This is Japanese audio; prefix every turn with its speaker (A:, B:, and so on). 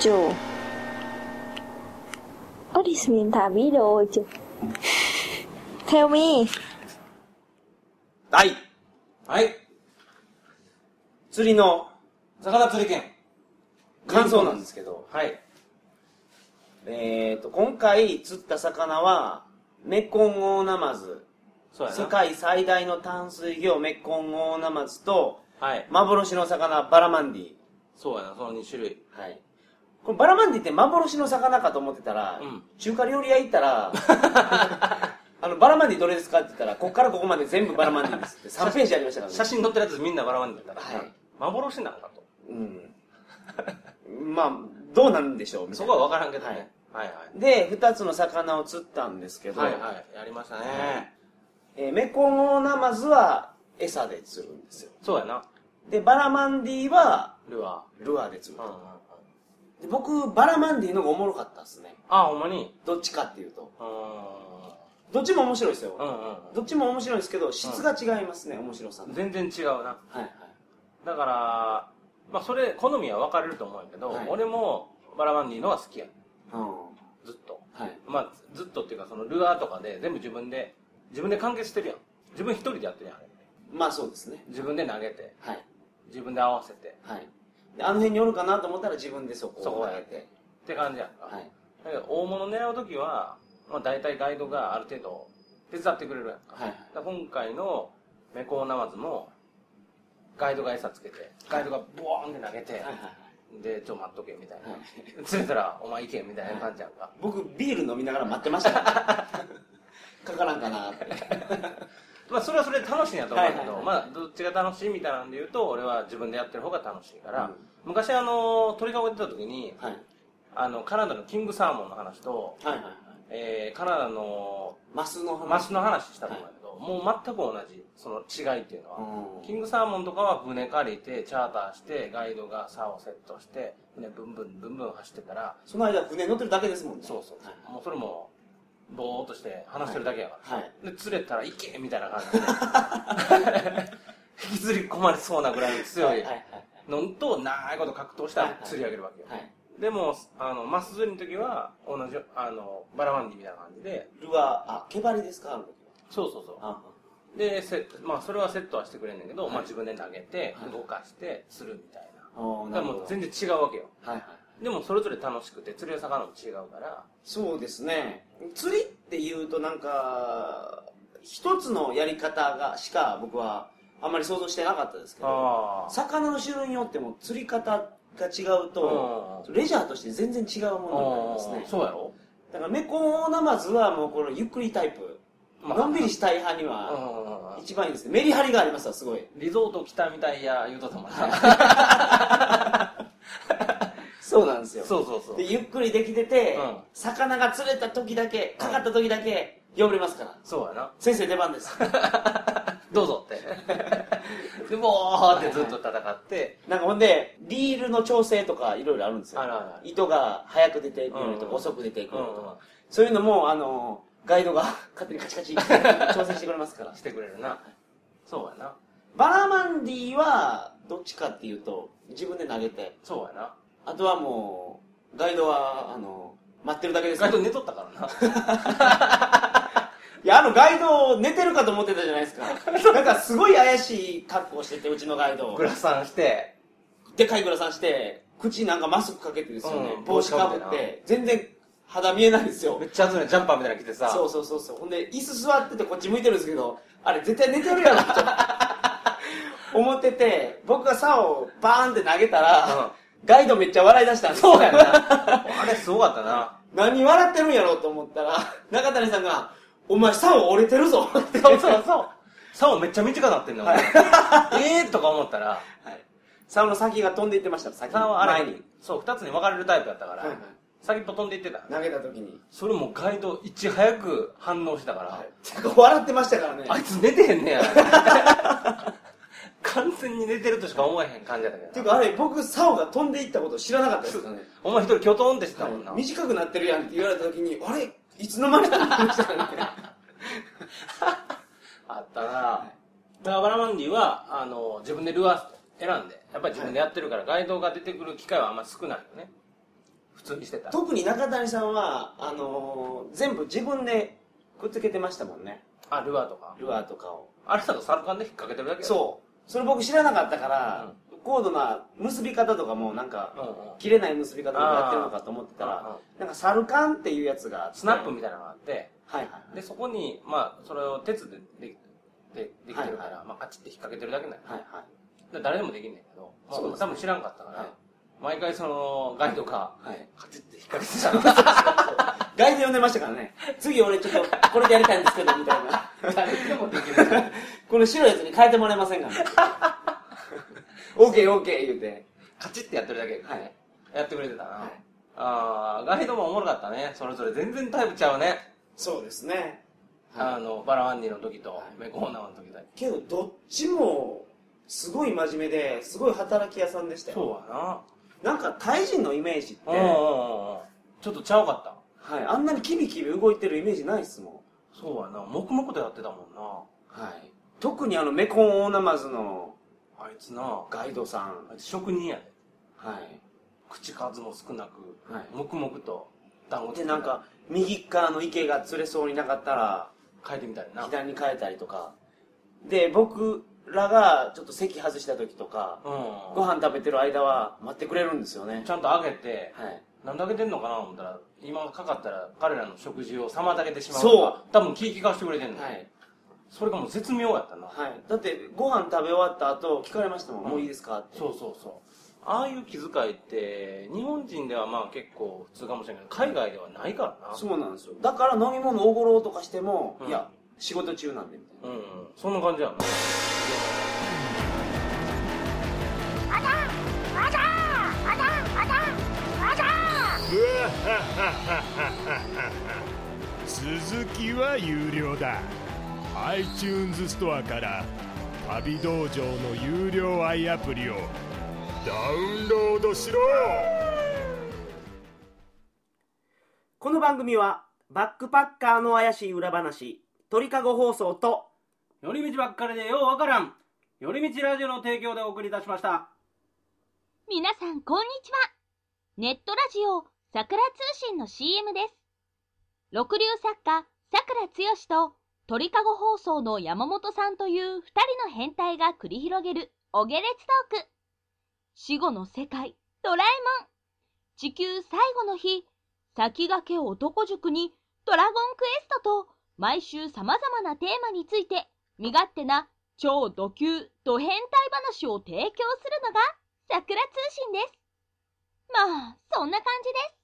A: Joe. What is mean by video? Joe? Tell me.
B: はい。
C: はい。
B: 釣りの
C: 魚釣り券。
B: 感想なんですけど、はい。えっ、と、今回釣った魚は、メコンオオナマズ。
C: そうやな。
B: 世界最大の淡水魚、メコンオオナマズと、
C: はい。
B: 幻の魚、バラマンディ。
C: そうやな、その2種類。
B: はい。これバラマンディって幻の魚かと思ってたら、
C: うん
B: 中華料理屋行った ら、あの、バラマンディどれですかって言ったら、こっからここまで全部バラマンディですって3ページありましたからね。
C: 写真撮ってるやつみんな笑わんでたら、
B: はい
C: 幻なのかと。
B: うん。まあ、どうなんでしょうみた
C: そ
B: い
C: こ
B: な
C: は分からんけど
B: はい
C: ね。はいはい。
B: で、二つの魚を釣ったんですけど、
C: はいはい。やりましたね。
B: えーメコモナマズは餌で釣るんですよ。
C: そうやな。
B: で、バラマンディは
C: ルア
B: ルアーで釣
C: ー。
B: る
C: うんうんうん。
B: で。僕、バラマンディの方がおもろかったですね。
C: あ、ほんまに。
B: どっちかっていうと。
C: うん。
B: どっちも面白いです
C: う
B: よ。
C: んうん
B: どっちも面白いですけど、質が違いますね、面白さ
C: うん。
B: の。
C: 全然違うな。
B: はいはい。
C: だから、まあそれ、好みは分かれると思うんやけど
B: はい、
C: 俺もバラマンディのは好きや。
B: うん。
C: ずっと。
B: はい。
C: まあずずっとっていうか、そのルアーとかで全部自分で、自分で完結してるやん。自分一人でやってるやん、あれ。
B: まあそうですね。
C: 自分で投げて、
B: はい。
C: 自分で合わせて。
B: はい。であの辺におるかなと思ったら自分でそこ
C: そ
B: を
C: こを
B: 投
C: 投
B: げ
C: げ
B: て。
C: って感じやんか。
B: はい。
C: だけど大物狙う時は、まあ、大体ガイドがある程度手伝ってくれるやんか,、
B: はい。
C: 今回のメコウナマズもガイドが餌つけてガイドがボーンって投げて、
B: はいはいはい。
C: でちょっと待っとけみたいな、
B: はい
C: 釣れたらお前行けみたいな感じやんか、
B: 僕、ビール飲みながら待ってま したからねかからんかなって。
C: まあそれはそれで楽しいんやと思うけど、
B: はいはいはい
C: まあどっちが楽しいみたいなんで言うと俺は自分でやってる方が楽しいから、
B: うん
C: 昔あの鳥籠行ってた時に
B: はい。
C: あのカナダのキングサーモンの話と、
B: はいはいはい。
C: えーカナダの
B: マスの話。
C: マシの話したと思うんだけど、もう全く同じその違いっていうのは、キングサーモンとかは船借りてチャーターしてガイドが竿をセットして船ブンブンブンブン走ってたら
B: その間、船乗ってるだけですもんね。
C: そうそう、
B: はい
C: もうそれもぼーっとして話してるだけやから、
B: はい。
C: で釣れたら行けみたいな感じで 引きずり込まれそうなぐらい強
B: はいいはい
C: のんと長いこと格闘したら釣り上げるわけよ、
B: はい。はい。
C: でもあのマス釣りの時は同じあのバラマンディみたいな感じで
B: ルアー、あ、毛針ですかあの時
C: そうそうそう
B: は。
C: でセまあ、それはセットはしてくれんねんけど、
B: はい
C: まあ、自分で投げて、
B: はい
C: 動かしてするみたいな
B: あー
C: だからもう全然違うわけよ
B: はいはい。
C: でもそれぞれ楽しくて釣れる魚も違うから
B: そうですね。釣りっていうとなんか、一つのやり方が、しか僕はあんまり想像してなかったですけど、
C: あ
B: 魚の種類によっても釣り方が違うと、レジャーとして全然違うものになりますね。
C: そうやろ、
B: だからメコンオオナマズはもうこのゆっくりタイプ。のんびりしたい派に
C: うん
B: は
C: うんうん
B: 一番いいですね。メリハリがありますわ、すごい。
C: リゾート来たみたいや言うとったもんね
B: そうなんですよ。
C: そうそうそう
B: で、ゆっくりできてて、
C: うん
B: 魚が釣れた時だけ、かかった時だけ、呼ばれますから。
C: そうやな
B: 先生出番です。
C: どうぞ ってでボーってずっと戦って
B: なんかほんで、リールの調整とかいろいろあるんですよ
C: あ。るあるある
B: 糸が早く出ていくようにと
C: うん
B: か、
C: うん
B: 遅く出ていくようにと
C: うんう
B: か
C: ん。
B: そういうのも、あの、ガイドが 勝手にカチカチ調整してくれますから
C: し。てくれるなそうやな
B: バラマンディは、どっちかっていうと、自分で投げて、
C: そうやな
B: あとはもう、ガイドは、あの、待ってるだけですか
C: ガイ
B: ら。
C: ド
B: い
C: 寝とったからな
B: や、あのガイド、寝てるかと思ってたじゃないですか。なんかすごい怪しい格好してて、うちのガイド
C: グ。ラサンして
B: でかいグラサンして、口なんかマスクかけてですよね。
C: うん
B: 帽子かぶっ、
C: 帽子かぶって
B: 全然肌見えないんですよ
C: め。っちゃ熱いのジャンパーみたいなの着てさ
B: そうそうそうそう。ほんで、椅子座っててこっち向いてるんですけど、あれ絶対寝てるやろって 思ってて、僕が竿をバーンって投げたら、ガイドめっちゃ笑い出したんですよ
C: そうやな。 あれすごかったな。
B: 何笑ってるんやろうと思ったら、中谷さんが、お前竿折れてるぞって。
C: そうそうそう。竿めっちゃ短くなってんだ、俺。ええとか思ったら、
B: 竿の先が飛んでいってました、先
C: 竿はあ
B: 前
C: れ
B: に。
C: そう、二つに分かれるタイプやったから
B: はいはい、
C: 先っぽ飛んでいってた。
B: 投げた時に。
C: それもガイドいち早く反応したから、
B: てか笑ってましたからね。
C: あいつ寝てへんねや。 完全に寝てるとしか思えへん感じやった
B: て
C: け
B: いう
C: ど
B: か
C: な。
B: あれ、僕、竿が飛んでいったこと知らなかったですよね。
C: お前一人キョトンってしてたもんな。
B: 短くなってるやんって言われた時に、あれいつの間にかなりま したね。
C: あったな。だからバラマンディは、あの、自分でルアー選んで、やっぱり自分でやってるから、ガイドが出てくる機会はあんま少ないよね。普通にしてた
B: 特に中谷さんはあのー全部自分でくっつけてましたもんね
C: あルアーとか
B: ルアーとかを
C: あれさんとサルカンで引っ掛けてるだけ
B: そうそれ僕知らなかったから、高度な結び方とかもなんか、
C: うんうん
B: 切れない結び方とかやってるのかと思ってた
C: あーうん
B: ら
C: うん
B: なんかサルカンっていうやつがあって
C: スナップみたいなのがあって
B: はいはい
C: でそこにまあそれを鉄でででできてるから、
B: はいは
C: まあ、カチッて引っ掛けてるだけなんや
B: はいはい
C: で誰でもできんねんけど、まあ
B: そうですね
C: 多分知らんかったから、
B: はい
C: 毎回そのガイドが
B: はい
C: カチッて引っ掛けてたの
B: ガイド呼んでましたからね次俺ちょっとこれでやりたいんですけどみたいな
C: 誰でもできるじゃん
B: この白いやつに変えてもらえません かね OKOK 言うて
C: カチッてやってるだけやからね、やってくれてたな、
B: はい
C: あーガイドもおもろかったねそれぞれ全然タイプちゃうね、
B: そうですね
C: あのバラワンディの時と、
B: はい
C: メコーナーの時だ
B: けどどっちもすごい真面目ですごい働き屋さんでしたよ
C: そうやな
B: なんかタイ人のイメージって、
C: うんうんうんうんちょっとちゃうかった
B: はい、あんなにキビキビ動いてるイメージないっすも、
C: そうやな黙々とやってたもんなん
B: はい、特にあのメコンオーナマズの
C: あいつなあ
B: ガイドさん
C: いつ職人やで
B: はい
C: 口数も少なく、
B: はい
C: 黙々と団子
B: でなんか右側の池が釣れそうになかったら
C: 書いてみたいな
B: 左に変えたりとかで僕らがちょっと席外した時とか
C: うん
B: ご飯食べてる間は待ってくれるんですよね
C: ちゃんとあげて、
B: はい
C: なんであげてんのかなと思ったら今かかったら彼らの食事を妨げてしまう
B: そう
C: から多分気利かしてくれてんの、
B: はい
C: それがもう絶妙やったな、
B: はい、だってご飯食べ終わった後聞かれましたもん、もういいですかって
C: そうそうそうああいう気遣いって日本人ではまあ結構普通かもしれないけど海外ではないからな
B: そうなんですよだから飲み物おごろうとかしても、
C: うん
B: いや仕事中なんでみたい
C: うん、うん、そんな感じやな
D: 続きは有料だ iTunes ストアから旅道場の有料 i アプリをダウンロードしろ
E: この番組はバックパッカーの怪しい裏話鳥かご放送と
C: 寄り道ばっかりでようわからん寄り道ラジオの提供でお送りいたしました
F: 皆さん、こんにちは。ネットラジオ、桜通信の CM です。六流作家、桜つよしと、鳥かご放送の山本さんという二人の変態が繰り広げる、お下列トーク。死後の世界、ドラえもん。地球最後の日、先駆け男塾に、ドラゴンクエストと、毎週様々なテーマについて、身勝手な、超ド級、ド変態話を提供するのが、桜通信です。まあ、そんな感じです。